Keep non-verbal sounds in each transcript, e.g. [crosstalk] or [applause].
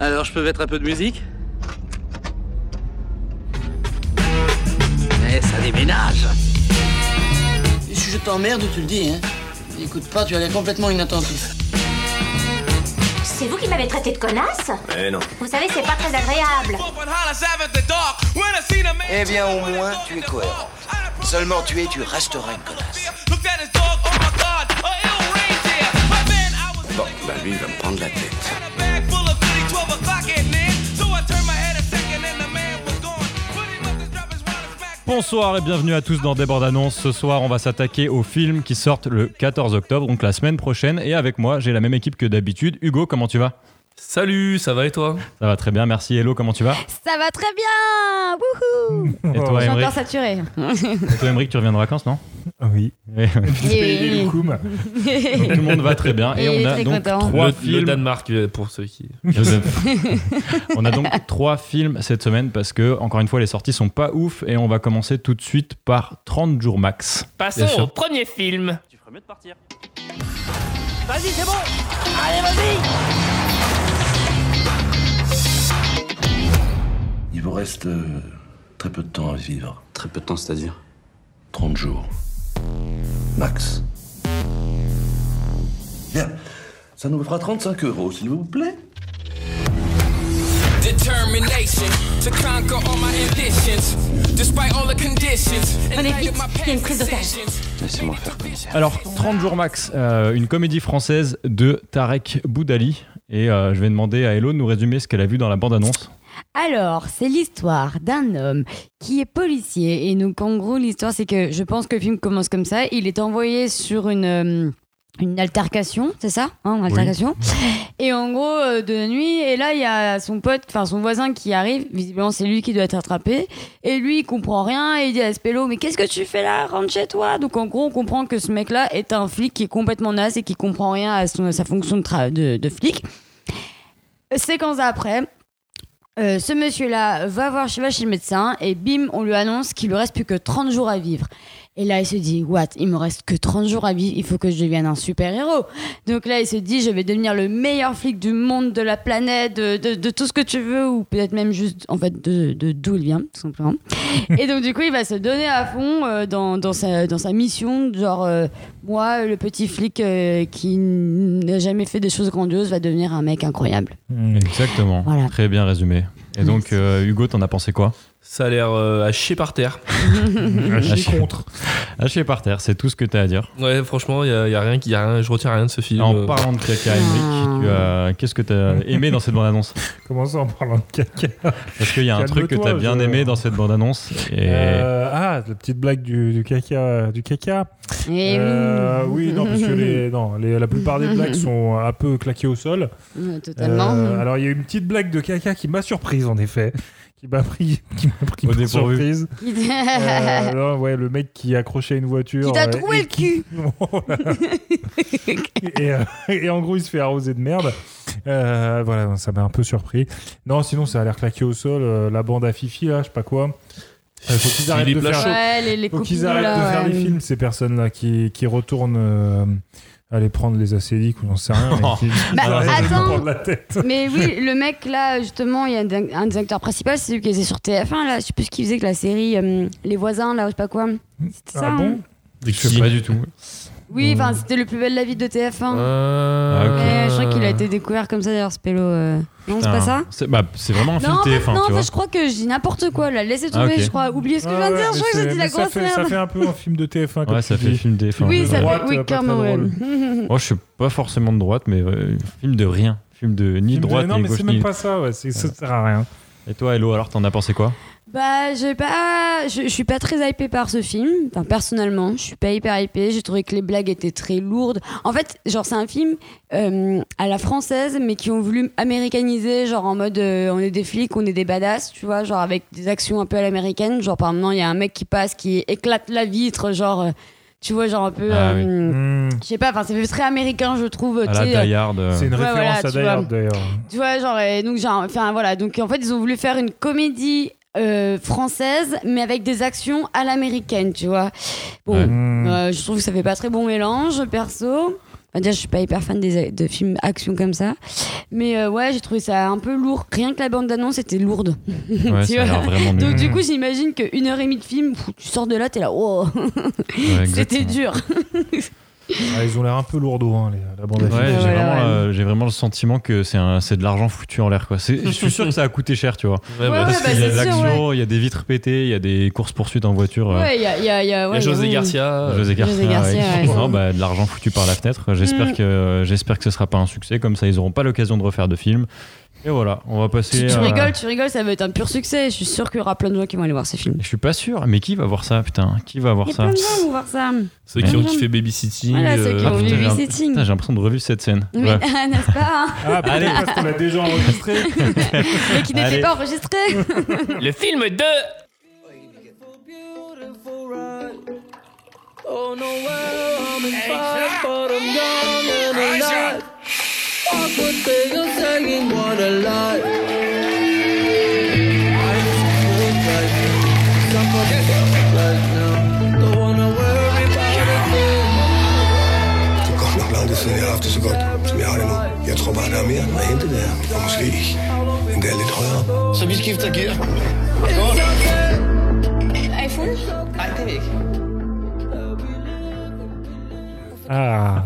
Alors je peux mettre un peu de musique Mais Eh, ça déménage Si je t'emmerde, tu le dis, hein. Écoute pas, tu as l'air complètement inattentif. C'est vous qui m'avez traité de connasse Eh non. Vous savez, c'est pas très agréable. Eh bien, au moins, tu es cohérent. Seulement tu es, tu resteras une connasse. oh Bon, bah lui, il va me prendre la tête. Bonsoir et bienvenue à tous dans Des bandes annonces. Ce soir, on va s'attaquer aux films qui sortent le 14 octobre, donc la semaine prochaine. Et avec moi, j'ai la même équipe que d'habitude. Hugo, comment tu vas Salut, ça va et toi Ça va très bien, merci. Hello, comment tu vas Ça va très bien Wouhou Et Je toi, suis Emmerich encore saturée. Et toi, Emmerich, tu reviens de vacances, non Oui. Et- Et- Tout le monde va très bien. Et, Et il est on a très donc content. trois le, films. le Danemark euh, pour ceux qui. [laughs] on a donc trois films cette semaine parce que, encore une fois, les sorties sont pas ouf. Et on va commencer tout de suite par 30 jours max. Bien Passons sûr. au premier film. Tu ferais mieux de partir. Il vous reste euh, très peu de temps à vivre. Très peu de temps, c'est-à-dire 30 jours. Max. Bien. Ça nous fera 35 euros, s'il vous plaît. Determination to conquer all my ambitions, despite all the conditions. Allez, vite, il y a une prise d'otage. Laissez-moi faire commissaire. Alors, 30 jours max, euh, une comédie française de Tarek Boudali. Et euh, je vais demander à Hello de nous résumer ce qu'elle a vu dans la bande-annonce. Alors, c'est l'histoire d'un homme qui est policier. Et donc, en gros, l'histoire, c'est que je pense que le film commence comme ça. Il est envoyé sur une. euh, une altercation, c'est ça hein, une altercation. Et en gros, euh, de la nuit, et là, il y a son pote, enfin son voisin qui arrive. Visiblement, c'est lui qui doit être attrapé. Et lui, il comprend rien. Et il dit à Spello, mais qu'est-ce que tu fais là Rentre chez toi. Donc, en gros, on comprend que ce mec-là est un flic qui est complètement naze et qui comprend rien à, son- à sa fonction de, tra- de, de flic. Séquence après, euh, ce monsieur-là va voir chez, va chez le médecin et bim, on lui annonce qu'il lui reste plus que 30 jours à vivre. Et là, il se dit, what, il me reste que 30 jours à vivre, il faut que je devienne un super-héros. Donc là, il se dit, je vais devenir le meilleur flic du monde, de la planète, de, de- de tout ce que tu veux, ou peut-être même juste, en fait, de de- d'où il vient, tout simplement. et donc, du coup, il va se donner à fond euh, dans, dans sa, dans sa mission, genre, euh, moi, le petit flic euh, qui n'a jamais fait des choses grandioses, va devenir un mec incroyable. Exactement. Voilà. Très bien résumé. Et donc, euh, Hugo, t'en as pensé quoi Ça a l'air euh, à chier par terre. Haché contre. Haché par terre, c'est tout ce que t'as à dire. Ouais, franchement, il y a, y a rien qui. y a rien, je retiens rien de ce film. En Euh, parlant de caca, Emmerich, tu as- qu'est-ce que t'as aimé dans cette bande-annonce [laughs] Commençons en parlant de caca. Parce qu'il y a un truc que Calme-toi, t'as bien je- aimé dans cette bande-annonce. Et... Euh, ah, la petite blague du, du caca. Du caca. Et Euh, oui, non, parce [laughs] que les, non, les- la plupart des blagues sont un peu claquées au sol. Euh, Totalement. [laughs] Euh, alors, il y a une petite blague de caca qui m'a surprise, en effet. [laughs] Qui m'a pris, qui m'a pris Au par dépourvu. [laughs] surprise. Qui- Euh, non, ouais, le mec qui accrochait une voiture. Qui t'a euh, troué et le [laughs] qui- et, euh, et en gros, il se fait arroser de merde. Euh, voilà, non, ça m'a un peu surpris. Non, sinon, ça a l'air claqué au sol. euh, la bande à Fifi, là, je sais pas quoi. Il faut qu'ils arrêtent de Philippe faire, Lachaud. ouais, les, les faut qu'ils couples, arrêtent de euh, là, faire ouais. des films, ces personnes-là, qui, qui retournent euh, aller prendre les acédiques ou j'en [laughs] sais rien. mais qui- qui Bah, arrêtent de attends. prendre la tête. Mais oui, [laughs] le mec là, justement, il y a un, un des acteurs principaux, c'est celui qui était sur TF1, là, je sais plus ce qu'il faisait que la série euh, Les voisins, là, ou je sais pas quoi. C'était ça Ah bon Hmm. hein Je sais pas du tout. Oui, enfin, c'était le plus bel de la vie de TF1. Euh, Ah, ok. Mais euh, je crois euh. qu'il a été découvert comme ça d'ailleurs, ce pélo. euh. Non, c'est pas ça C'est bah, c'est vraiment un film non, en fait, TF1, non, tu en vois. fait, je crois que je dis n'importe quoi là. Laissez Ah, tomber, ok. je crois. Oubliez ce que Ah je viens de ouais, dire, mais je crois que c'est- j'ai dit la mais ça grosse fait, merde. Ça fait un peu un film de TF1. comme Ouais, tu ça fait dis. film TF1. Oui, de ça droite, euh, fait. Oui, pas très clairement, ouais. drôle. [laughs] Moi, je suis pas forcément de droite, mais euh, film de rien. Film de ni Film de- droite, non, ni mais gauche, c'est même ni- pas ça. Ouais, c'est- ça sert à rien. Et toi, Hello, alors t'en as pensé quoi Bah, j'ai pas, je, je suis pas très hypée par ce film. Enfin, personnellement, je suis pas hyper hypée. J'ai trouvé que les blagues étaient très lourdes. En fait, genre, c'est un film euh, à la française, mais qui ont voulu américaniser, genre en mode euh, on est des flics, on est des badass, tu vois, genre avec des actions un peu à l'américaine. Genre, par moment, il y a un mec qui passe, qui éclate la vitre, genre, euh, tu vois, genre un peu. Ah euh, Hmm. Je sais pas, enfin, c'est très américain, je trouve. À tu la sais, euh, Die Hard, euh, C'est une Ouais, référence voilà, à tu Die Hard, vois. d'ailleurs. tu vois genre et donc genre enfin voilà donc en fait ils ont voulu faire une comédie euh, française mais avec des actions à l'américaine tu vois bon Ouais. Hmm. euh, je trouve que ça fait pas très bon mélange perso On va dire, je suis pas hyper fan des, de films action comme ça. Mais euh, ouais, j'ai trouvé ça un peu lourd. Rien que la bande-annonce était lourde. Ouais, Tu ça a vois l'air vraiment nul. Donc du coup, j'imagine qu'une heure et demie de film, pff, tu sors de là, t'es là, [laughs] wow, Ouais, c'était exactement. dur. Ah, ils ont l'air un peu lourdeaux, hein, les- la bande Ouais, à j'ai Ouais, vraiment, ouais. euh, j'ai vraiment le sentiment que c'est un- c'est de l'argent foutu en l'air. quoi. C'est- Je suis sûr que ça a coûté cher, tu vois. Ouais, bah, ouais, Parce bah, qu'il y a de c'est sûr, l'action, il y a des vitres pétées, il y a des courses-poursuites en voiture. euh, Ouais, il y a, il y a- il y a- ouais, Et José il y a- Garcia. euh, José Garcia, José Garcia, ouais. ouais. Non, bah, de l'argent foutu par la fenêtre. J'espère Mm. que euh, j'espère que ce sera pas un succès. Comme ça, ils auront pas l'occasion de refaire de film. Et voilà, on va passer. Tu, tu à- rigoles, tu rigoles, ça va être un pur succès. Je suis sûre qu'il y aura plein de gens qui vont aller voir ces films. Je suis pas sûr, mais qui va voir ça, putain Qui va voir Il y a ça plein de gens qui vont voir ça. Ceux qui ont Ouais. kiffé Babysitting. Voilà, ceux qui euh, putain, ont vu j'ai un- Babysitting. putain, J'ai l'impression de revivre cette scène. Oui, Ouais. [laughs] n'est-ce pas [laughs] hein Ah, peut-être Allez. parce qu'on l'a déjà [laughs] enregistré. Mais qui Allez. n'était [laughs] pas enregistré. Le film de. Du kommt nach Landesnähe auf das Gott. Ist mir alle nur. Jetzt Robert Amir, mal hinter der. Da muss ich. In der litt heuer. Så vi skifter gear. Ah,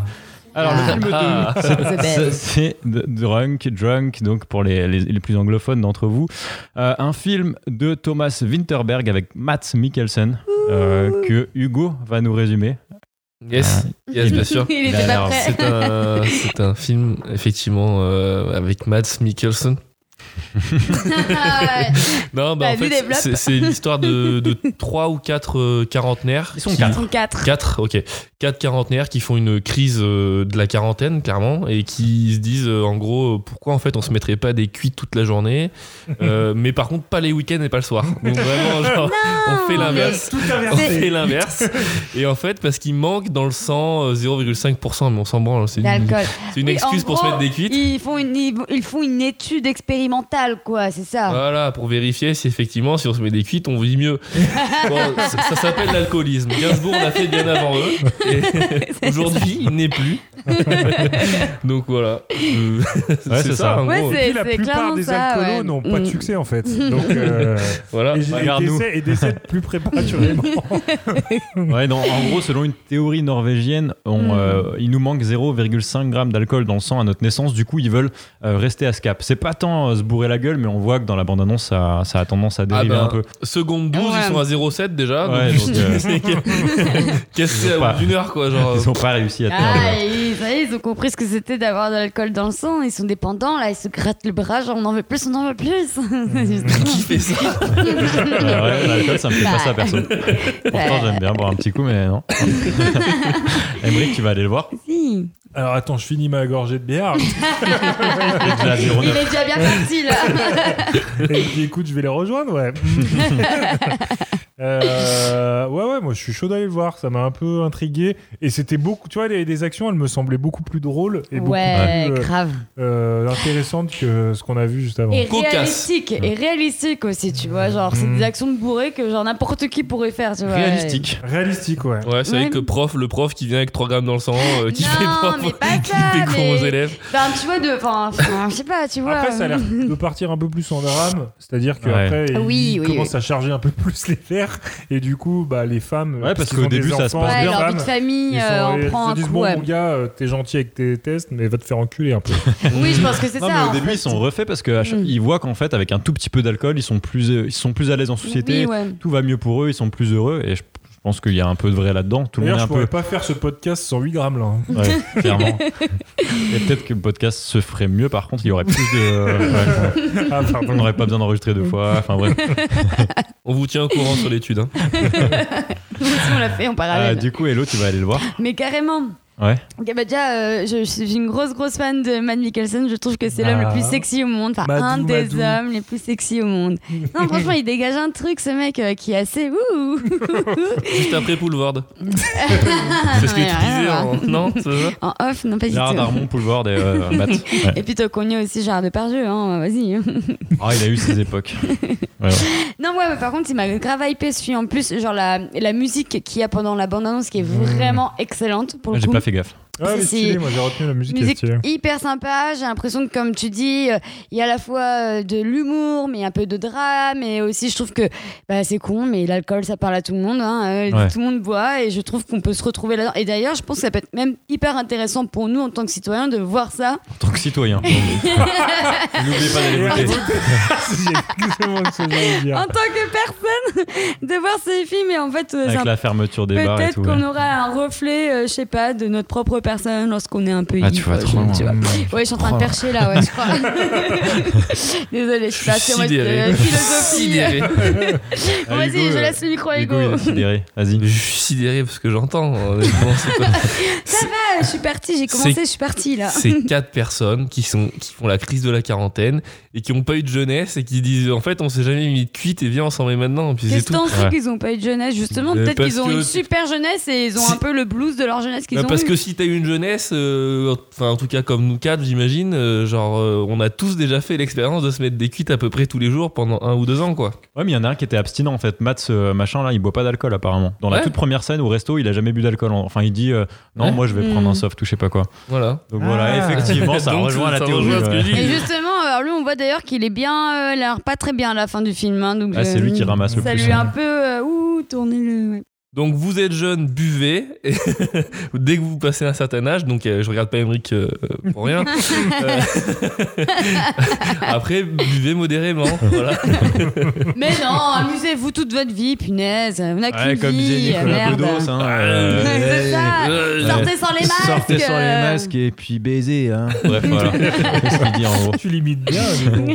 Alors, le film Ah. The Ça, Bell. [laughs] [laughs] C'est de- Drunk, Drunk, donc pour les, les- les plus anglophones d'entre vous. Euh, un film de Thomas Winterberg avec Matt Mikkelsen euh, que Hugo va [laughs] nous résumer. Yes, yes, bien sûr. Ah. [laughs] Il Bah, était pas alors, prêt. C'est un, c'est un film, effectivement, euh, avec Mads Mikkelsen. Non, bah, Bah, en lui fait, développe. c'est c'est l'histoire de, de trois ou quatre euh, quarantenaires. Ils sont qui- Ils quatre. sont quatre. Quatre, ok. Quatre quarantenaires qui font une crise euh, de la quarantaine, clairement, et qui se disent, euh, en gros, euh, pourquoi en fait on se mettrait pas des cuits toute la journée, euh, mais par contre pas les week-ends et pas le soir. Donc [laughs] vraiment, genre, on Ah, fait l'inverse. On fait l'inverse. Et en fait, parce qu'il manque dans le sang euh, 0,5%, mais on s'en branle. hein, C'est une, D'alcool. c'est une Oui, excuse en pour se gros, mettre des cuites. Ils font une, ils, ils font une étude expérimentale, quoi, c'est ça. Voilà, pour vérifier si effectivement, si on se met des cuites, on vit [laughs] mieux. Bon, ça ça s'appelle l'alcoolisme. Gainsbourg l'a fait bien avant [laughs] eux. Et Aujourd'hui, il n'est plus. Donc voilà. Euh, Ouais, c'est ça. en Ouais, gros. C'est- la c'est plupart clairement des ça, alcoolos ouais. n'ont pas de Mm. succès en fait. [laughs] Donc, euh, Voilà. et, et, Ah, regarde-nous. décèdent, et décèdent [laughs] plus prématurément. Ouais, non, en gros, selon une théorie norvégienne, on, Hmm. euh, il nous manque 0,5 g d'alcool dans le sang à notre naissance. Du coup, ils veulent euh, rester à ce cap. C'est pas tant euh, se bourrer la gueule, mais on voit que dans la bande-annonce, ça, ça a tendance à Ah dériver ben, un peu. seconde 12, Ouais. ils sont à 0,7 déjà. Ouais, donc, donc, [laughs] euh, [laughs] c'est- Qu'est-ce que Ils c'est ont à bout pas- d'une heure, quoi. Genre, Ils ont pas réussi à tenir. Euh, Ah, ils, ça y est, ils ont compris ce que c'était d'avoir de l'alcool dans le sang. Ils sont dépendants, là, ils se grattent le bras, genre on en veut plus, on en veut plus. [laughs] C'est juste trop euh, qui fait ça Ah [laughs] ouais, l'alcool, ça me fait pas Bah. ça, [laughs] personne. Pourtant, j'aime bien boire un petit coup, mais non. Emmerich, tu vas aller le voir. petit. Alors attends, je finis ma gorgée [laughs] de bière De la zéro Ah, Il neuf. est déjà bien parti, là. et je dis écoute, je vais les [laughs] rejoindre, ouais. Euh, ouais, ouais, moi je suis chaud d'aller le voir, ça m'a un peu intrigué. Et c'était beaucoup, tu vois, les, des actions, elles me semblaient beaucoup plus drôles [laughs] et beaucoup Ouais, plus euh, grave. euh, intéressantes que ce qu'on a vu juste avant. Et Cocasse. réalistique, et réalistique aussi, tu vois. Genre, c'est des actions de bourré que genre n'importe qui pourrait faire, tu vois. Mm. Réalistique. Réalistique, ouais. Ouais, c'est vrai Ouais. que prof, le prof qui vient avec 3 grammes dans le sang, euh, qui, Non, fait pas, mais pas [laughs] qui ça, fait cours mais- aux élèves. Enfin, tu vois, de. Enfin, [laughs] je sais pas, tu vois. Après, ça a l'air de partir un peu plus en drame, c'est-à-dire Ouais. qu'après, après Oui, ils oui, commencent oui. à charger un peu plus les fers, et du coup, bah, les femmes. Ouais, parce qu'ils qu'au ont des début, ça se enfants, passe Ouais, bien. leur les vie femmes, de famille, ils sont- euh, ils on se prend un disent, coup. bon, ouais. mon gars, euh, t'es gentil avec tes tests, mais va te faire enculer un peu. Oui, je pense que c'est Non, ça. hein. mais en au début, fait. ils sont refaits parce qu'ils Mm. voient qu'en fait, avec un tout petit peu d'alcool, ils sont plus, euh, ils sont plus à l'aise en société. Oui, [laughs] ouais. Tout va mieux pour eux, ils sont plus heureux. Et je, je pense qu'il y a un peu de vrai là-dedans. Tout le monde D'ailleurs, est je un pourrais peu. pas faire ce podcast sans 8 grammes là. [laughs] hein. Ouais, clairement. Et peut-être que le podcast se ferait mieux, par contre, il y aurait plus de. ouais, ouais. Ah, on pardon. n'aurait pas besoin d'enregistrer deux fois. Enfin, bref. On vous tient au courant sur l'étude. hein. Si on l'a fait en Euh, parallèle. du coup, Hello, tu vas aller le voir. Mais carrément. Ouais. Ok, bah déjà, euh, je, je suis une grosse, grosse fan de Matt Mikkelsen. Je trouve que c'est l'homme Ah. le plus sexy au monde. Enfin, Madou, un des Madou. hommes les plus sexy au monde. [laughs] Non, franchement, il dégage un truc, ce mec, euh, qui est assez. Ouh Juste après [laughs] Poulvord. c'est ce que Ouais, tu rien disais, à en- non c'est ça En off, non, pas du Gérard tout. Darmon, Poulvord et euh, [laughs] Matt. Ouais. Et puis, t'as connu aussi Gérard Depardieu, hein, vas-y. [laughs] Ah, il a eu ses époques. Ouais, ouais. Non, ouais, mais par contre, il m'a grave hypé ce film. En plus, genre, la, la musique qu'il y a pendant la bande-annonce qui est vraiment excellente pour le J'ai coup. pas fait gaffe. Ah, C'est- mais stylé, moi j'ai retenu la musique, Musique stylée. hein. hyper sympa, j'ai l'impression que comme tu dis, euh, il y a à la fois euh, de l'humour, mais un peu de drame, et aussi je trouve que bah, c'est con, mais l'alcool ça parle à tout le monde, hein, euh, Ouais. tout le monde boit, et je trouve qu'on peut se retrouver là-dedans. Et d'ailleurs, je pense que ça peut être même hyper intéressant pour nous en tant que citoyens de voir ça. En tant que citoyen. N'oubliez pas d'aller voter. [laughs] C'est exactement ce que j'allais En dire. tant que personne, [laughs] de voir ces films, et en fait, euh, c'est Avec un- la fermeture des bars et peut-être tout. qu'on ouais. aura un reflet, euh, je sais pas, de notre propre personne lorsqu'on est un peu Ah, ivre, tu vas je- trop loin. Oh. tu vois. Ouais, je suis en train de percher là, ouais, je crois. [laughs] Désolée, je suis pas suis sur ma sidéré. philosophie. [laughs] Sidéré. Bon, Ah, vas-y, Hugo, je euh, laisse le micro à Hugo. Hugo, euh, il est sidéré. Vas-y. Je suis sidéré parce que j'entends. honnêtement, c'est [laughs] pas- Ah, je suis partie, j'ai commencé, je suis partie là. C'est quatre personnes qui, sont, qui font la crise de la quarantaine et qui n'ont pas eu de jeunesse et qui disent en fait on s'est jamais mis de cuite et viens on s'en met maintenant. Puis c'est Qu'est-ce que tout. t'en sais Ouais. qu'ils ont pas eu de jeunesse justement Euh, Peut-être parce qu'ils ont que- une super jeunesse et ils ont Si- un peu le blues de leur jeunesse qu'ils Bah, ont parce eu. que si t'as eu une jeunesse, euh, enfin en tout cas comme nous quatre, j'imagine, euh, genre euh, on a tous déjà fait l'expérience de se mettre des cuites à peu près tous les jours pendant un ou deux ans quoi. Ouais, mais il y en a un qui était abstinent en fait. Matt, ce machin là, il boit pas d'alcool apparemment. Dans la Ouais. toute première scène au resto, il a jamais bu d'alcool. Enfin, il dit euh, non, Ouais. moi je vais Hmm. prendre un soft ou je sais pas quoi. Voilà. Donc Ah. voilà, effectivement, ça Donc, rejoint la ça théorie. rejoint ce que ouais. je dis. Et justement, alors lui, on voit d'ailleurs qu'il est bien, euh, il a l'air pas très bien à la fin du film. hein, donc Ah, c'est euh, lui qui ramasse le Ça plus. hein. lui a un peu euh, ouh tourné le. ouais. Donc vous êtes jeune, buvez. Et [laughs] Dès que vous passez un certain âge, donc euh, je regarde pas Emmerich euh, euh, pour rien. Euh, [laughs] Après, buvez modérément. Voilà. Mais non, amusez-vous toute votre vie, punaise. On a Ouais, qu'une comme vie, disait Nicolas merde. Bedos, hein, euh, [laughs] C'est ça. Euh, Sortez sans les masques. Sortez sans les euh. masques et puis baiser. Hein. Bref, voilà. Qu'est-ce qu'il dit en gros Tu limites bien, mais bon.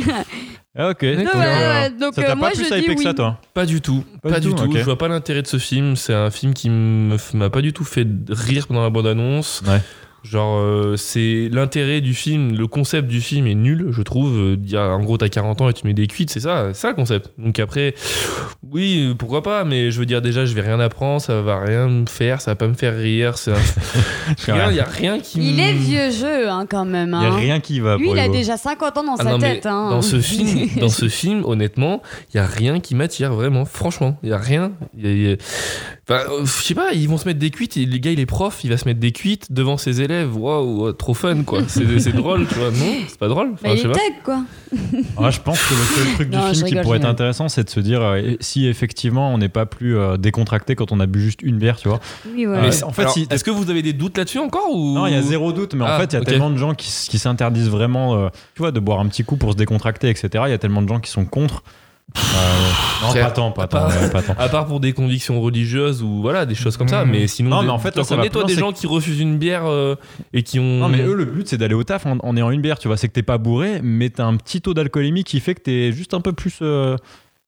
Ah, Ok. ouais, cool. ouais, donc, ça euh, t'a moi, pas plus je dis hypé que ça, oui. toi Pas du tout. Pas Pas, du du tout, tout. ok. Je vois pas l'intérêt de ce film. C'est un film qui me f- m'a pas du tout fait rire pendant la bande-annonce. Ouais. Genre, euh, c'est l'intérêt du film, le concept du film est nul, je trouve. Euh, il y a- en gros, t'as 40 ans et tu mets des cuites, c'est ça, c'est ça le concept. Donc après, oui, euh, pourquoi pas, mais je veux dire, déjà, je vais rien apprendre, ça va rien me faire, ça va pas me faire rire. [laughs] c'est un- Rien, Il y a rien qui Il est me- vieux jeu hein, quand même. Il n'y hein. Hmm. a hein. rien qui va. Lui, pour il a Hugo. déjà 50 ans dans Ah sa non, mais tête. hein. Dans ce [laughs] film, dans ce film, honnêtement, il y a rien qui m'attire vraiment. Franchement, il y a rien. Y a- y a- Enfin, euh, je sais pas, ils vont se mettre des cuites. et Le gars, il est prof, il va se mettre des cuites devant ses élèves. Waouh, euh, trop fun [laughs] quoi. C'est c'est drôle, tu vois. Non, c'est pas drôle. Enfin, Bah, il je sais est pas. tag quoi. Ah, je pense que le seul truc du Non, je film qui rigole, pourrait je être rigole. intéressant, c'est de se dire euh, si effectivement on n'est pas plus euh, décontracté quand on a bu juste une bière, tu vois. Oui, ouais. Mais Ouais. c'est- en fait, Alors, si- est-ce que vous avez des doutes là-dessus encore ou Non, il y a zéro doute, mais en Ah, fait, il y a ok. tellement de gens qui, s- qui s'interdisent vraiment, euh, tu vois, de boire un petit coup pour se décontracter, etc. Il y a tellement de gens qui sont contre. Euh, non, frère, pas tant, pas pas- tant, ouais, pas tant. À part pour des convictions religieuses ou voilà des choses comme ça, Mmh. mais sinon. Mm. Non, des- mais en fait, tu là, ça va connais, plus toi loin, des c'est gens qui refusent une bière euh, et qui ont. Non, mais eux, le but, c'est d'aller au taf en, en ayant une bière, tu vois. C'est que t'es pas bourré, mais t'as un petit taux d'alcoolémie qui fait que t'es juste un peu plus. euh,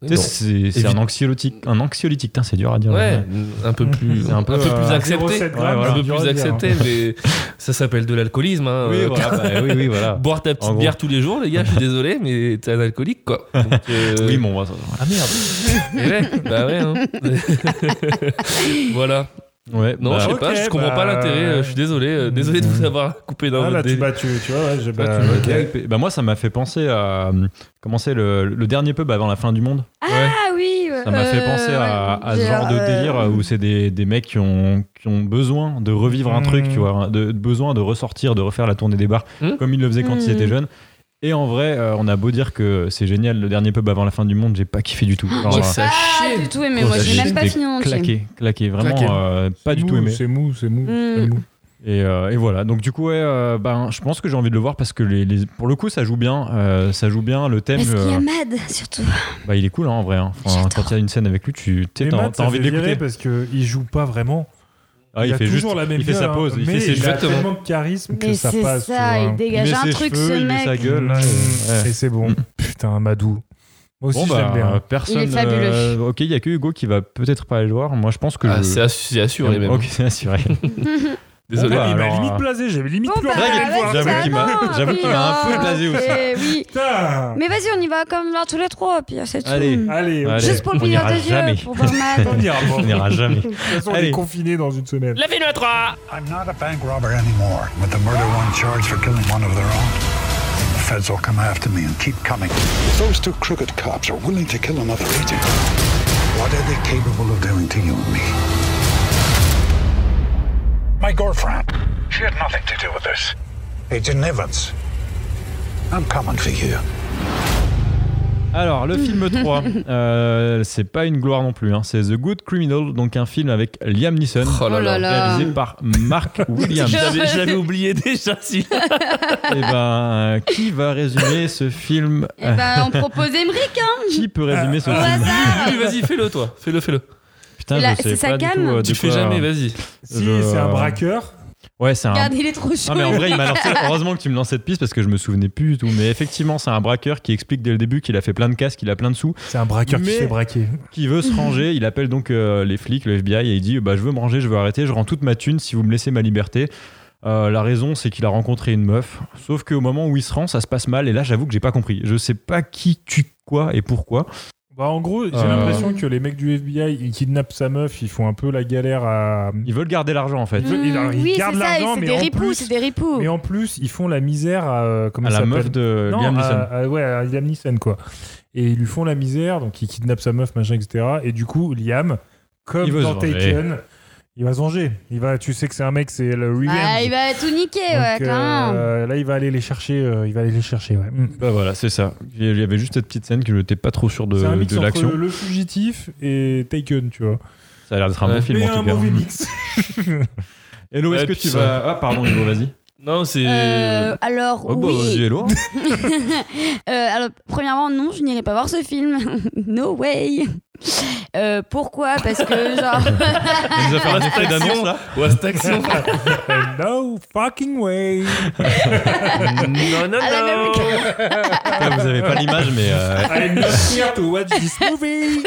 tu sais, Non. c'est c'est Évite- un anxiolytique. Un anxiolytique, putain, c'est dur à dire. Ouais, un peu plus, C'est un un peu, peu, euh, plus accepté. 0,7 Ouais, grammes, voilà. c'est un peu dur à plus dire, hein. accepté, mais [laughs] ça s'appelle de l'alcoolisme. hein. Oui, Euh, voilà, bah, oui, oui, voilà. Boire ta En petite gros. bière tous les jours, les [laughs] gars, je suis désolé, mais t'es un alcoolique, quoi. Donc, euh, [laughs] Oui, bon, on va- Ah merde. Et ouais, bah ouais. [laughs] hein. voilà. Ouais, Non, bah, je sais ok, pas, je comprends bah, pas l'intérêt. euh, Je suis désolé, euh, désolé de vous avoir coupé dans Ah, votre là, tu délire. bats, tu, tu vois, ouais, j'ai Bah, bah, tu vois, ok. t'es hypé. Bah, moi, ça m'a fait penser à. euh, Comment c'est le, le dernier pub avant la fin du monde Ah oui. Ça m'a fait penser Euh, à, à ce genre de délire où c'est des, des mecs qui ont, qui ont besoin de revivre un Mm. truc, tu vois, de, de besoin de ressortir, de refaire la tournée des bars Hmm. Mm. comme ils le faisaient quand ils Mm. étaient jeunes. Et en vrai, euh, on a beau dire que c'est génial, le dernier pub avant la fin du monde, j'ai pas kiffé du tout. Ah, Genre, Oh, euh, ça Pas chie. du tout aimé. Moi, j'ai j'ai- même pas j'étais fini en entier. Claqué, claqué, vraiment Claqué. euh, pas C'est du tout mou, aimé. C'est mou, c'est mou. Mm. c'est mou. Et, euh, et voilà, donc du coup, ouais, euh, ben, je pense que j'ai envie de le voir parce que les, les- pour le coup, ça joue bien, euh, ça joue bien le thème. Parce qu'il y euh, a Mad surtout. Bah, il est cool hein, en vrai. hein. Enfin, J'adore. quand il y a une scène avec lui, tu t'es- Mais t'as Matt, t'as ça envie fait de l'écouter. virer parce qu'il joue pas vraiment. Ah, a toujours la même il fait sa gueule, pause, hein, il mais fait ses il a cheveux. Exactement. tellement de charisme que Mais ça c'est passe. hein. ça, il Il met dégage un ses truc cheveux, ce il met sa mec. gueule. ouais, ouais. Mmh. Mmh. Et c'est bon. Putain, Madou. Moi aussi, Bon, je l'aime bah, bien. personne. Il est fabuleux. euh, ok, il y a que Hugo qui va peut-être pas aller le voir. Moi, je pense que. Ah, je- c'est assu- c'est assuré, même. Ok, c'est assuré. [laughs] Désolé. Bon, bah, il m'a alors, euh, limite blasé, j'avais limite plus bah, envie d'aller le bah, voir. J'avoue qu'il m'a- j'avoue qu'il m'a un peu blasé aussi. oh, Oui. Putain Mais vas-y, on y va comme là tous les trois, puis euh, c'est tout. Allez. Allez, ok. Allez. Juste pour le on plaisir ira des jamais. yeux, pour voir [laughs] Mad. on ira On voir. n'ira jamais. [laughs] De toute façon, on Allez. est confinés dans une semaine. I'm not a bank robber anymore. With the murder one charged for killing one of their own, the feds will come after me and keep coming. If those two crooked cops are willing to kill another agent, what are they capable of doing to you and me? my girlfriend. She had nothing to do with this. Agent Evans, I'm coming for you. Alors, le film 3, euh, c'est pas une gloire non plus. hein. C'est The Good Criminal, donc un film avec Liam Neeson, Oh là Oh là là. là. réalisé par Mark Williams. [laughs] Je l'avais- je [laughs] l'avais oublié déjà, si. Et ben, euh, qui va résumer ce film Eh ben, on propose Emmerich, hein Qui peut résumer ce Euh, Au film hasard [laughs] Oui, vas-y, fais-le, toi. Fais-le, fais-le. Putain, Là, je sais c'est sa pas du cam tout. euh, Tu de fais quoi- jamais, vas-y. Si, Je- c'est un braqueur. Ouais, c'est un Regarde, il est trop chaud. Non mais en vrai, il m'a lui. [laughs] lancé. Heureusement que tu me lances cette piste parce que je me souvenais plus du tout. Mais effectivement, c'est un braqueur qui explique dès le début qu'il a fait plein de casques, qu'il a plein de sous, C'est un braqueur qui Mais- se fait braquer. qu'il veut [laughs] se ranger. Il appelle donc euh, les flics, le FBI, et il dit bah je veux me ranger, je veux arrêter, je rends toute ma thune si vous me laissez ma liberté. Euh, la raison, c'est qu'il a rencontré une meuf. Sauf qu'au moment où il se rend, ça se passe mal. Et là, j'avoue que j'ai pas compris. Je sais pas qui tue quoi et pourquoi. Bah, en gros, j'ai Euh. l'impression que les mecs du FBI, ils kidnappent sa meuf, ils font un peu la galère à. Ils veulent garder l'argent en fait. Il veut- il- alors, il oui, garde c'est ça, l'argent, c'est mais des en ripoux, plus- c'est des ripoux. Mais en plus, ils font la misère à. euh, Comment À il la s'appelle meuf de Non, euh, Liam à- Neeson. à- ouais, à Liam Neeson, quoi. Et ils lui font la misère, donc ils kidnappent sa meuf, machin, etc. Et du coup, Liam, comme Il veut dans se venger. Taken, il va se venger. Il va, tu sais que c'est un mec, c'est le revenge. Ah, il va tout niquer, ouais, Donc, clairement. euh, là, il va aller les chercher. euh, il va aller les chercher, ouais. Mm. Bah voilà, c'est ça. Il y avait juste cette petite scène que je n'étais pas trop sûr de, c'est un mix de entre l'action. le fugitif et Taken, tu vois. Ça a l'air d'être un bon Ouais. film Mais en un tout cas. [laughs] mauvais mix. Hello, est-ce Ouais, que puis tu ça- vas. Ah, pardon, Hello, vas-y. Non, c'est. Euh, alors, Oh, bah, oui. vas-y, Hello. Euh, alors, premièrement, non, je n'irai pas voir ce film. [laughs] no way. Euh, pourquoi Parce que, [laughs] genre. Elle nous a fait un effet d'annonce là. Wast Action. no fucking way. [laughs] non, non, [laughs] Ah, non. Putain, vous avez pas l'image, mais [laughs] euh, I'm not here to watch this [laughs] movie.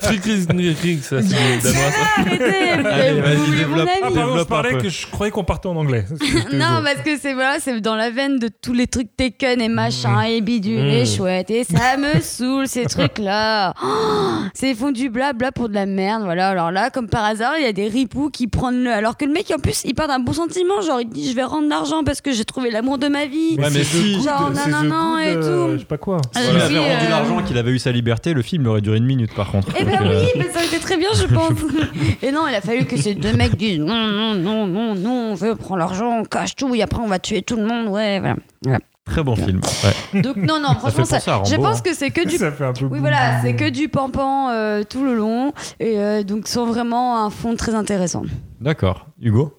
Trick is Trick, ça, c'est le danois. ça. Arrêtez vous- Allez, vous vas-y, voulez mon développe. avis Ah, pardon, je Développe un parlais peu. que je croyais qu'on partait [laughs] en anglais. Non, parce que c'est voilà, c'est dans la veine de tous les trucs Tekken et machin et bidule et Mmh. chouette et ça [laughs] me saoule ces trucs là. c'est ils font du blabla pour de la merde, voilà. Alors là, comme par hasard, il y a des ripoux qui prennent le. Alors que le mec, en plus, il part d'un bon sentiment, genre il dit je vais rendre l'argent parce que j'ai trouvé l'amour de ma vie. Ouais, mais c'est The si. Good, Genre, c'est non, The non, non, Good, et euh, tout. Je sais pas quoi. Euh, s'il puis, avait rendu euh, l'argent, qu'il avait eu sa liberté, le film aurait duré une minute par contre. Eh Donc, ben euh, oui, ben ça aurait été très bien, je pense. [laughs] Et non, il a fallu que ces deux mecs disent non, non, non, non, non, on veut prendre l'argent, on cache tout, et après on va tuer tout le monde, ouais, voilà. Très bon film. Ouais. Donc non, non, franchement, fait ça, penser à Rambo, je pense hein. que c'est que du... Ça fait un peu Oui, boum, voilà, boum. c'est que du pampan euh, tout le long, et euh, donc sont vraiment un fond très intéressant. D'accord. Hugo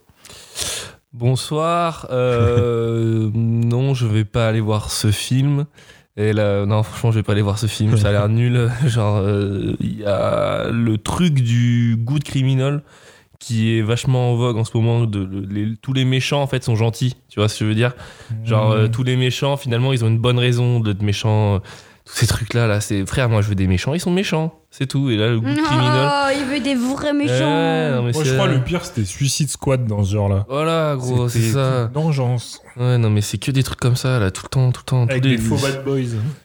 Bonsoir. euh, non, je vais pas aller voir ce film. Et là, non, franchement, je vais pas aller voir ce film. Ça a l'air nul. [laughs] Genre, euh, il y a le truc du goût de criminel qui est vachement en vogue en ce moment. De, de- les- tous les méchants, en fait, sont gentils. Tu vois ce que je veux dire Genre, Mmh. euh, tous les méchants, finalement, ils ont une bonne raison d'être méchants. euh, Tous ces trucs-là, là, c'est frère, moi, je veux des méchants. Ils sont méchants. C'est tout. Et là, le goût de criminel. Oh, il veut des vrais méchants. Ouais, Euh, non, mais Moi, je c'est- crois le pire, c'était Suicide Squad dans ce genre-là. Voilà, gros, c'est C'était ça. une Vengeance. Ouais, non, mais c'est que des trucs comme ça, là, tout le temps, tout le temps. Avec tous les- des faux bad boys.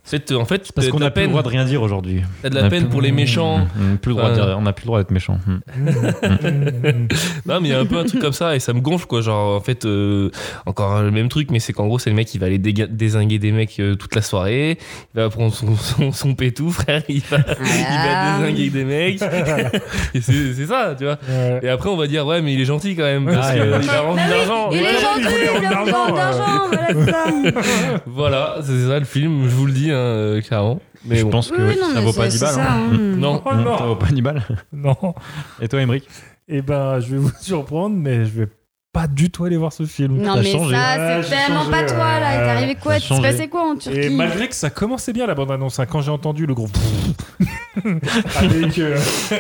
En fait, euh, en fait Parce t'as qu'on de a la plus le peine, droit de rien dire aujourd'hui. t'as de on a la peine plus- pour les méchants. Mm, mm, plus le droit de Euh. dire- On n'a plus le droit d'être méchant. Mm. non, mais il y a un peu un truc comme ça, et ça me gonfle, quoi. Genre, en fait, euh, encore le même truc, mais c'est qu'en gros, c'est le mec qui va aller déga- désinguer des mecs euh, toute la soirée. Il va prendre son, [laughs] son, son pétou, frère. Il va, Ah. il va désinguer des [laughs] mecs. et c'est c'est ça, tu vois. Ouais. Et après, on va dire, ouais, mais il est gentil quand même, parce Ah, qu'il ouais. a rendu de l'argent. Bah Il est Ouais. gentil, voulait il rendre a l'argent, besoin d'argent, voilà c'est ça. Voilà, c'est ça le film, je vous le dis, hein, euh, clairement. Mais je bon. pense que oui, ça vaut pas 10 balles. hein. Non, Oh Mm, non. Ça vaut pas 10 balles. Non. Et toi, Emmerich Eh ben, je vais vous surprendre, mais je vais pas du tout aller voir ce film. Non, T'as mais changé. ça, Ouais, c'est j'ai tellement changé, pas toi, là. ouais. T'es arrivé quoi T'as Il se changé. passait quoi en Et Turquie malgré que ça commençait bien la bande-annonce, hein, quand j'ai entendu le gros [laughs] avec, euh,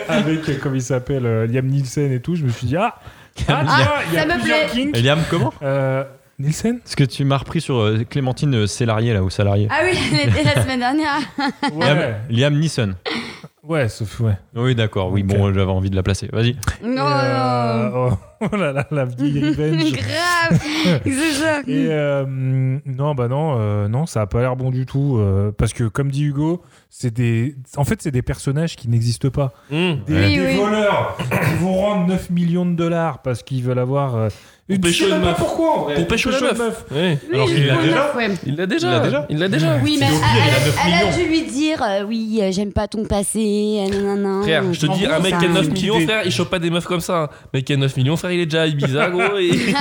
avec euh, comme il s'appelle, euh, Liam Nielsen et tout, je me suis dit, ah, ah, tiens, il y a ça me plusieurs plaît. kinks. [laughs] Liam, comment Euh, Nielsen Parce que tu m'as repris sur euh, Clémentine euh, Sélarié, là, ou Salarié. Ah oui, la semaine dernière. Ah, Ouais, Liam, Liam Neeson. ouais, sauf, ouais. Oui, d'accord. Oui, Ok. bon, j'avais envie de la placer. [laughs] Vas-y. Et, Non, euh, non. oh, [laughs] oh là là, [laughs] la vieille revenge. Grave, c'est ça. Et euh, non, bah non, euh, non, ça a pas l'air bon du tout. euh, parce que, comme dit Hugo, c'est des. En fait, c'est des personnages qui n'existent pas. Mmh. Des, Oui, des oui. voleurs qui vont rendre 9 millions de dollars parce qu'ils veulent avoir euh, Tu pécho une sais même pas meuf. pourquoi en vrai. Pour pécho la une meuf. Ouais. Alors je qu'il l'a comprends, déjà. ouais. Il l'a déjà. Il l'a déjà. Il l'a déjà. Oui, mais Sylvie, elle a neuf elle, elle a millions. dû lui dire euh, Oui, euh, j'aime pas ton passé, euh, nanana. Frère, je te En dis, gros, un mec ça qui a a 9 une millions, idée. frère, il chope pas des meufs comme ça. Un mec qui a 9 millions, frère, il est déjà à Ibiza, gros, et il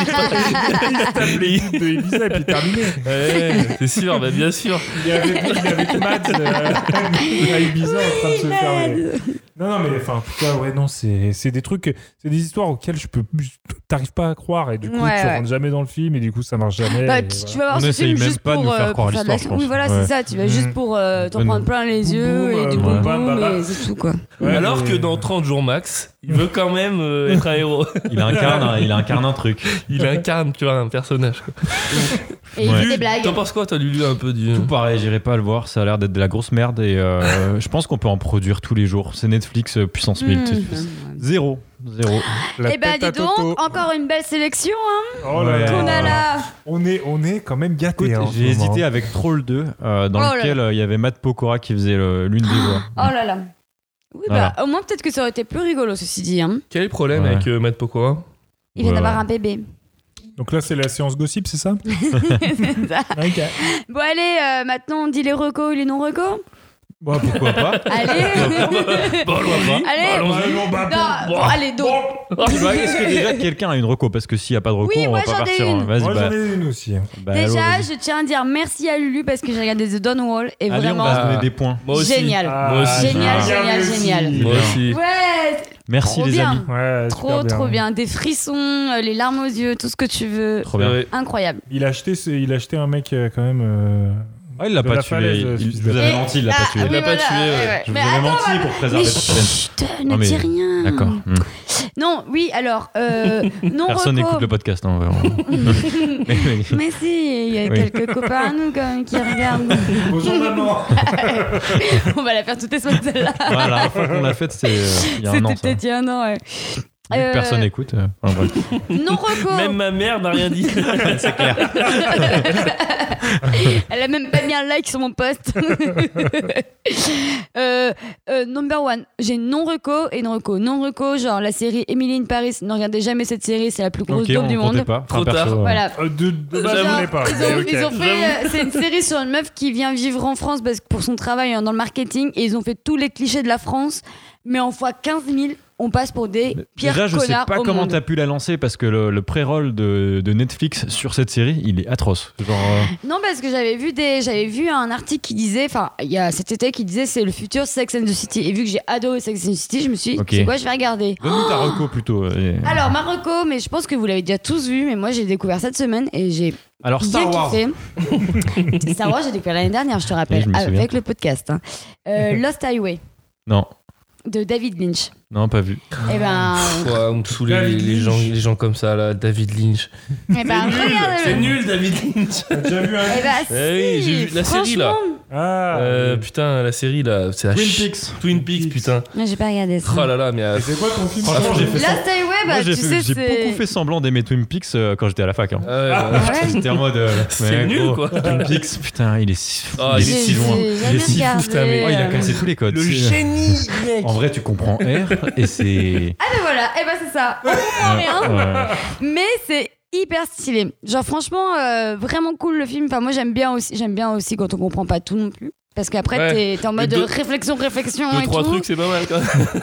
[laughs] s'appelait. de Ibiza et puis terminé. Ouais, [laughs] c'est sûr, bah bien sûr. Il y avait, il y avait Mads euh, à Ibiza en train de se faire. Non, non, mais enfin, en tout cas, ouais, non, c'est c'est des trucs, c'est des histoires auxquelles je peux, t'arrives pas à croire et du coup, Ouais, tu ouais. rentres jamais dans le film et du coup, ça marche jamais. Bah, et tu, voilà. tu vas voir On ce essaye film même juste pas de pour, nous faire euh, croire pour faire de l'histoire, l'action. je Oui, pense. voilà, Ouais. c'est ça. Tu vas Mm. juste pour euh, t'en Boum, prendre plein les boum, yeux boum, et du boum, euh, boum, bam, boum, bam, et c'est tout, quoi. Ouais, Alors mais- que dans 30 jours max, il veut quand même euh, être un héros. [laughs] Il incarne, un- il incarne un truc. Il incarne, tu vois, un personnage. Et il Ouais. fait des T'en blagues. penses quoi, toi, Lulu, un peu du. Tout pareil, j'irai pas le voir, ça a l'air d'être de la grosse merde et [laughs] euh, je pense qu'on peut en produire tous les jours. C'est Netflix euh, puissance 1000. Hmm. tu- Zéro. Zéro. La Et Mm. bah, tête dis à Toto. donc, encore une belle sélection hein, Oh là Ouais. là. qu'on a là. On est, on est quand même gâtés. Écoute, hein, en j'ai ce moment. hésité avec Troll 2, euh, dans Oh là lequel euh, il y avait Matt Pokora qui faisait le- l'une des voix. Oh là là. Oui, bah, Voilà. au moins, peut-être que ça aurait été plus rigolo, ceci dit. Hein. Quel est le problème Ouais. avec euh, Matt [laughs] Pokora Il vient Ouais, d'avoir ouais. un bébé. Donc là, c'est la séance gossip, c'est ça [laughs] C'est ça. Ok. Bon, allez, euh, maintenant, on dit les recos et les non-recos. Bah, pourquoi [laughs] pas [laughs] Allez Bon, hein. allons-y. Allez. Allons-y. Non, bon, allez, donc. Tu vois, Est-ce que déjà quelqu'un a une reco Parce que s'il n'y a pas de reco, Oui, on moi, va pas j'en ai partir. une. hein. Vas-y, Moi, bah, j'en ai une aussi. bah, allô, Déjà, vas-y. je tiens à dire merci à Lulu parce que j'ai regardé The Dawn Wall et Allez, on vraiment va se donner des points. Moi aussi. génial. Moi aussi. Génial, Ah, génial, aussi. génial. Moi aussi. Ouais, Merci, trop les bien. amis. Ouais, Trop, super trop bien. Des frissons, euh, les larmes aux yeux, tout ce que tu veux. Trop bien. Ouais. Incroyable. Il a acheté, ce- il a acheté un mec euh, quand même. euh, Ah, il l'a De pas la tué. falaise, Il- euh, il- fils Je de- vous avais menti, il l'a pas tué. oui, l'a pas tué, ouais. Je vous Mais avais attends, menti pour Ah, mais préserver [laughs] cette chut, ne Non, mais- dis rien. D'accord. hmm. Non, oui, alors, [laughs] euh, non Personne reco. n'écoute le podcast. hein, [laughs] vraiment. [laughs] Mais- mais- Mais si, il y a Oui. quelques copains à nous quand même [laughs] qui regardent. Bonjour maman. On va la faire toutes les semaines celle-là. Voilà, Ah, la fois qu'on l'a faite, c'est euh, il y a un an. ça. C'était Vu peut-être il y a un an. ouais. que Euh, Personne n'écoute. euh, enfin, bref. Non reco. Même ma mère n'a rien [laughs] dit. c'est clair. Elle a même pas mis un like sur mon post. Euh, euh, number one, j'ai non reco et non reco. Non reco, genre la série Emily in Paris. Ne regardez jamais cette série, c'est la plus grosse Ok, dope on du monde. comptait pas. Enfin, Trop perso, tard. euh, Voilà. [laughs] Euh, de, de base, Genre, je voulais pas. ils mais ont, Eh, ok. ils ont fait, euh, c'est une série sur une meuf qui vient vivre en France parce que pour son travail hein, dans le marketing et ils ont fait tous les clichés de la France, mais en fois 15 000, on passe pour des pires Déjà, je sais connards pas au comment monde. t'as pu la lancer parce que le, le pré-roll de, de Netflix sur cette série, il est atroce. Genre, euh, Non, parce que j'avais vu des, j'avais vu un article qui disait, enfin, il y a cet été qui disait c'est le futur Sex and the City. Et vu que j'ai adoré Sex and the City, je me suis dit, Ok. c'est quoi, je vais regarder. donne-nous ta reco plutôt. euh, et- Alors, Marocco, mais je pense que vous l'avez déjà tous vu, mais moi j'ai découvert cette semaine et j'ai Alors, bien Star Wars. kiffé. Star Wars, j'ai découvert l'année dernière, je te rappelle, Oui, je me souviens. avec le podcast. hein. [laughs] Euh, Lost Highway Non, de David Lynch. non, pas vu. Eh [laughs] ben, Quoi, euh, on me saoule les, David les Lynch. gens, les gens comme ça, là. David Lynch. eh ben regarde-le. nul, David Lynch. T'as déjà vu un. Eh ben, si, Eh oui, j'ai vu la série, là. franchement. Ah. Euh, Euh, putain, la série là, c'est la Twin ch- Peaks. Twin Peaks, putain. Mais j'ai pas regardé ça. Oh là là, mais euh, Et c'est quoi ton film Franchement, j'ai fait ça. Lost Highway, bah, Moi, tu j'ai fait- sais, j'ai c'est. beaucoup fait semblant d'aimer Twin Peaks euh, quand j'étais à la fac. hein. ah ouais, bah, Ouais. J'étais en mode. [laughs] euh, C'est mais nul, gros, quoi. Twin Peaks, putain, il est si, Ah, il est si J'ai- loin. j'ai Il est jamais si fou, regardé, putain, mais- Oh, il a euh, cassé tous les codes. le C'est- génie, mec. En vrai, tu comprends R et c'est. Ah ben voilà, et ben c'est ça. On comprend rien, Ouais. mais c'est hyper stylé. Genre franchement, euh, vraiment cool le film. Enfin moi j'aime bien aussi, j'aime bien aussi quand on comprend pas tout non plus. Parce qu'après Ouais. t'es- t'es en mode deux- euh, réflexion, réflexion Deux et trois tout. trucs, c'est pas mal quoi.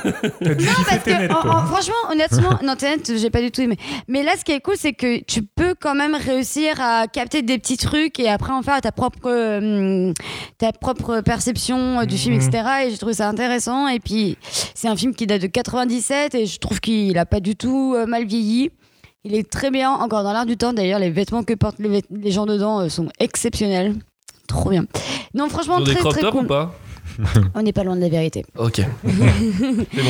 Non parce que net, en- toi. en- franchement, honnêtement, non t'es net, j'ai pas du tout aimé. Mais là ce qui est cool c'est que tu peux quand même réussir à capter des petits trucs et après en faire ta propre euh, ta propre perception euh, du film Mhm. etc. Et j'ai trouvé ça intéressant. Et puis c'est un film qui date de 97 et je trouve qu'il a pas du tout euh, mal vieilli. Il est très bien, encore dans l'air du temps. D'ailleurs, les vêtements que portent les, vêt- les gens dedans euh, sont exceptionnels. Trop bien. Ils Non, ont franchement, des très crop très tops ou cool. pas On n'est pas loin de la vérité. [laughs] Ok. c'est bon,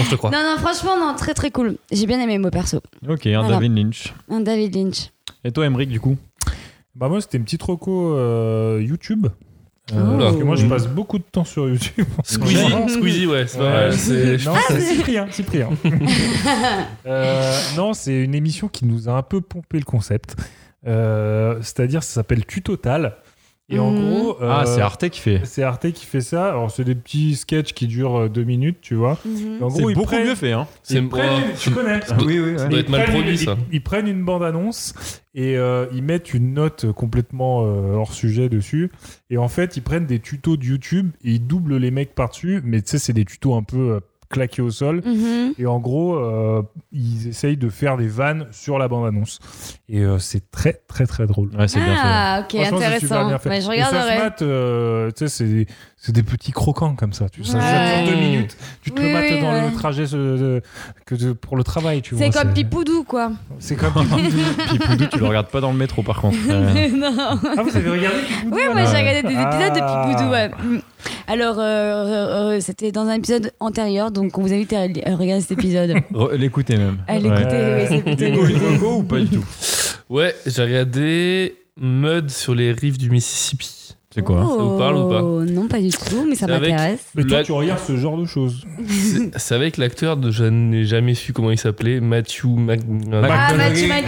je te crois. Non, non, franchement, non, très très cool. J'ai bien aimé mon perso. Ok, un Voilà. David Lynch. Un David Lynch. Et toi, Emmerich, du coup Bah moi c'était une petite reco euh, YouTube. Euh, Oh. parce que moi je passe beaucoup de temps sur YouTube. Squeezie, Squeezie, ouais, c'est pas mal. C'est- [laughs] non, c'est Cyprien, [laughs] Cyprien. Euh, non, c'est une émission qui nous a un peu pompé le concept. Euh, C'est-à-dire, ça s'appelle Tutotal. Et en Mhm. gros. Ah, euh, c'est Arte qui fait. C'est Arte qui fait ça. Alors, c'est des petits sketchs qui durent euh, deux minutes, tu vois. En C'est gros, ils beaucoup prennent- mieux fait. Hein. C'est Ils prennent, oh, tu connais. Oui, oui. Ça doit être mal prennent produit, une- ça. Ils, ils prennent une bande-annonce et euh, ils mettent une note complètement euh, hors sujet dessus. Et en fait, ils prennent des tutos de YouTube et ils doublent les mecs par-dessus. Mais tu sais, c'est des tutos un peu euh, claqués au sol. Mhm. Et en gros, euh, ils essayent de faire des vannes sur la bande-annonce. Et euh, c'est très, très, très drôle. Ouais, c'est bien fait. Ah, ok, Franchement, c'est super intéressant. bien fait. Mais je Et ça se regarderai. mate, euh, tu sais, c'est- c'est des petits croquants comme ça. Tu sais, ça Ouais. dure deux minutes. Tu te Oui, le mates oui, dans ouais. le trajet ce- que de- pour le travail, tu vois. C'est comme Pipoudou, quoi. C'est comme Pipou. Pipoudou, tu le regardes pas dans le métro par contre. Euh, [laughs] non. Ah, vous avez regardé Pipoudou Oui, moi alors j'ai regardé des Ah. épisodes de Pipoudou. Ouais. Mm. Alors, euh, euh, euh, c'était dans un épisode antérieur, donc on vous invite à li- à regarder cet épisode. re- L'écouter même. À Ouais. l'écouter, Ouais. oui, c'est Hugo, plutôt- Hugo, Hugo ou pas du tout Ouais, j'ai regardé Mud sur les rives du Mississippi. C'est quoi hein Ça vous parle ou pas Oh, Non, pas du tout, mais ça C'est avec- m'intéresse. Mais La- toi, tu regardes ce genre de choses. C'est c'est avec l'acteur de je n'ai jamais su comment il s'appelait, Matthew Mac... Ah, McConaughey. Matthew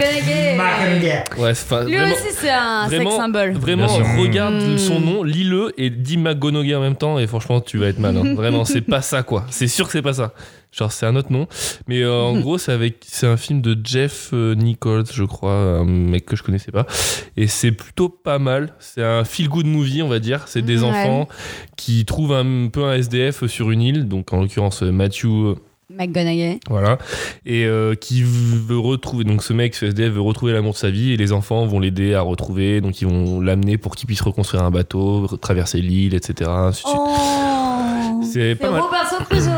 McConaughey Ouais, enfin, Lui vraiment, aussi, c'est un sex vraiment- symbole. vraiment, Bien sûr. regarde Mm. son nom, lis-le et dis McGonaghy en même temps et franchement tu vas être mal. hein. Vraiment, c'est pas ça quoi. C'est sûr que c'est pas ça. Genre c'est un autre nom, mais euh, en gros c'est avec c'est un film de Jeff euh, Nichols, je crois, un mec que je connaissais pas et c'est plutôt pas mal. C'est un feel good movie, on va dire, c'est des Ouais. enfants qui trouvent un peu un SDF sur une île, donc en l'occurrence euh, Matthew euh, McGonaghy. voilà. Et euh, qui veut retrouver. Donc ce mec, ce SDF, veut retrouver l'amour de sa vie et les enfants vont l'aider à retrouver. Donc ils vont l'amener pour qu'il puisse reconstruire un bateau, re- traverser l'île, etc. ainsi de suite. Oh C'est pas mal. Robinson Crusoe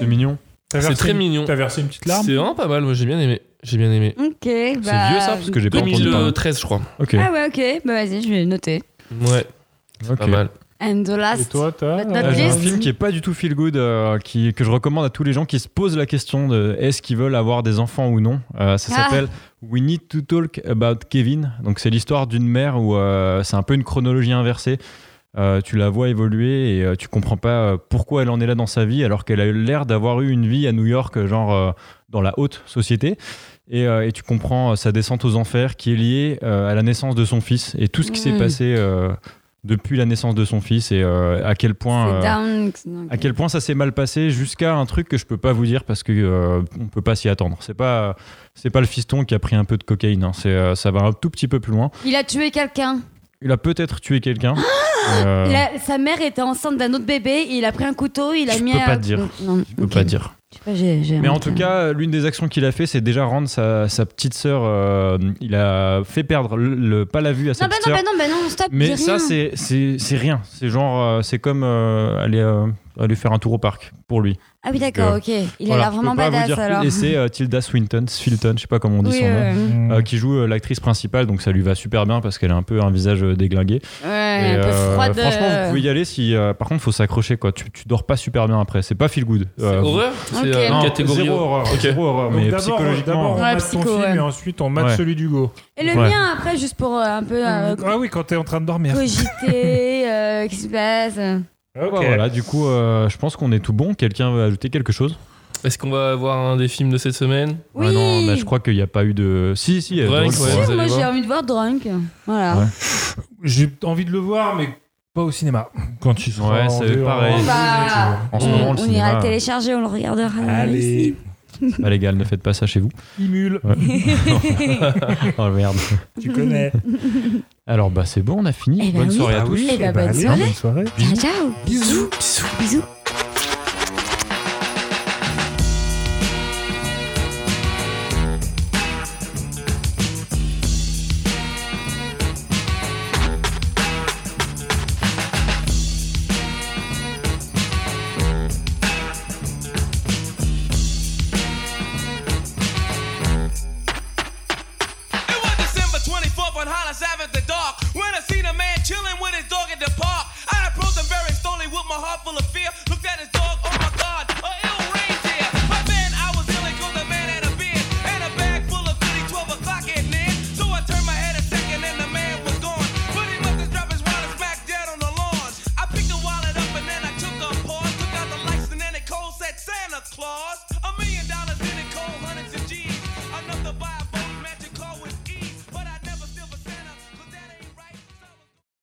C'est mignon. T'as C'est versé très une- mignon. T'as versé une petite larme C'est vraiment pas mal. Moi j'ai bien aimé. J'ai bien aimé. Ok, bah. C'est vieux ça parce que j'ai pas entendu parler. 2013, je crois. Ok. Ah ouais, ok, bah vas-y, je vais noter. Ouais, ok. pas mal. And the Et last. toi, t'as. But not Ah, j'ai un List. film qui est pas du tout feel good, euh, qui, que je recommande à tous les gens qui se posent la question de est-ce qu'ils veulent avoir des enfants ou non. Euh, ça Ah. s'appelle We Need to Talk About Kevin. Donc c'est l'histoire d'une mère où euh, c'est un peu une chronologie inversée. Euh, tu la vois évoluer et euh, tu comprends pas euh, pourquoi elle en est là dans sa vie alors qu'elle a eu l'air d'avoir eu une vie à New York, euh, genre euh, dans la haute société. Et, euh, et tu comprends euh, sa descente aux enfers qui est liée euh, à la naissance de son fils et tout ce qui s'est Mm. passé euh, depuis la naissance de son fils et euh, à quel point C'est euh, down. à quel point ça s'est mal passé jusqu'à un truc que je peux pas vous dire parce que euh, on peut pas s'y attendre. C'est pas c'est pas le fiston qui a pris un peu de cocaïne. hein. C'est euh, ça va un tout petit peu plus loin. Il a tué quelqu'un. Il a peut-être tué quelqu'un. Euh, Il a- Sa mère était enceinte d'un autre bébé, il a pris un couteau, il a Je mis. peux un- pas te dire. Non, Je peux ok. pas dire. Je sais pas, j'ai- j'ai Mais en honte. tout cas, l'une des actions qu'il a fait, c'est déjà rendre sa, sa petite sœur. euh, il a fait perdre le, le- pas la vue à sa Non, bah petite non, sœur. bah non, bah non, stop. Mais dis ça, rien. c'est c'est c'est rien. C'est genre, euh, c'est comme euh, aller euh, aller faire un tour au parc pour lui. Ah oui, d'accord, ok. Il a Voilà, l'air je vraiment peux pas vous badass dire plus. alors. Et c'est euh, Tilda Swinton, Swinton, je sais pas comment on dit Oui, son nom. euh, Mm. euh, qui joue euh, l'actrice principale, donc ça lui va super bien parce qu'elle a un peu un visage euh, déglingué. ouais, Et, un peu euh, froide. franchement, euh, vous pouvez y aller si. euh, par contre, faut s'accrocher quoi. Tu, tu dors pas super bien après. C'est pas feel good. Euh, vous- Horreur Ok. C'est euh, Non, une catégorie. zéro horreur. Ok. Zéro horreur, Donc mais d'abord, d'abord, psychologiquement. on Ouais, mate psycho, ton film ouais. et ensuite on mate Ouais. celui d'Hugo. Et le Ouais. mien, après, juste pour euh, un peu euh, Ah oui, quand t'es en train de dormir. [laughs] Ah, cogiter, euh, qu'est-ce qui se passe euh. Ok. Bah, voilà, du coup, euh, je pense qu'on est tout bon. Quelqu'un veut ajouter quelque chose Est-ce qu'on va voir un des films de cette semaine Oui, Ouais, Non, là, je crois qu'il n'y a pas eu de. Si, si, il y a Drunk, Drunk, ouais. ouais. Vous moi allez j'ai voir. envie de voir Drunk. Voilà. Ouais. J'ai envie de le voir, mais pas au cinéma. Quand il sera Ouais, en c'est dehors. pareil. Bah, Ah, En ce On- moment, on le ira cinéma, le télécharger, on le regardera. [laughs] Allez, c'est pas légal, ne faites pas ça chez vous. Imule, Oh merde. tu connais. [laughs] Alors, bah, c'est bon, on a fini. Eh ben Bonne oui. soirée à Ah tous. oui. Eh ben, bonne allez, soirée. soirée. Ciao, ciao. Bisous. Bisous. Bisous. oh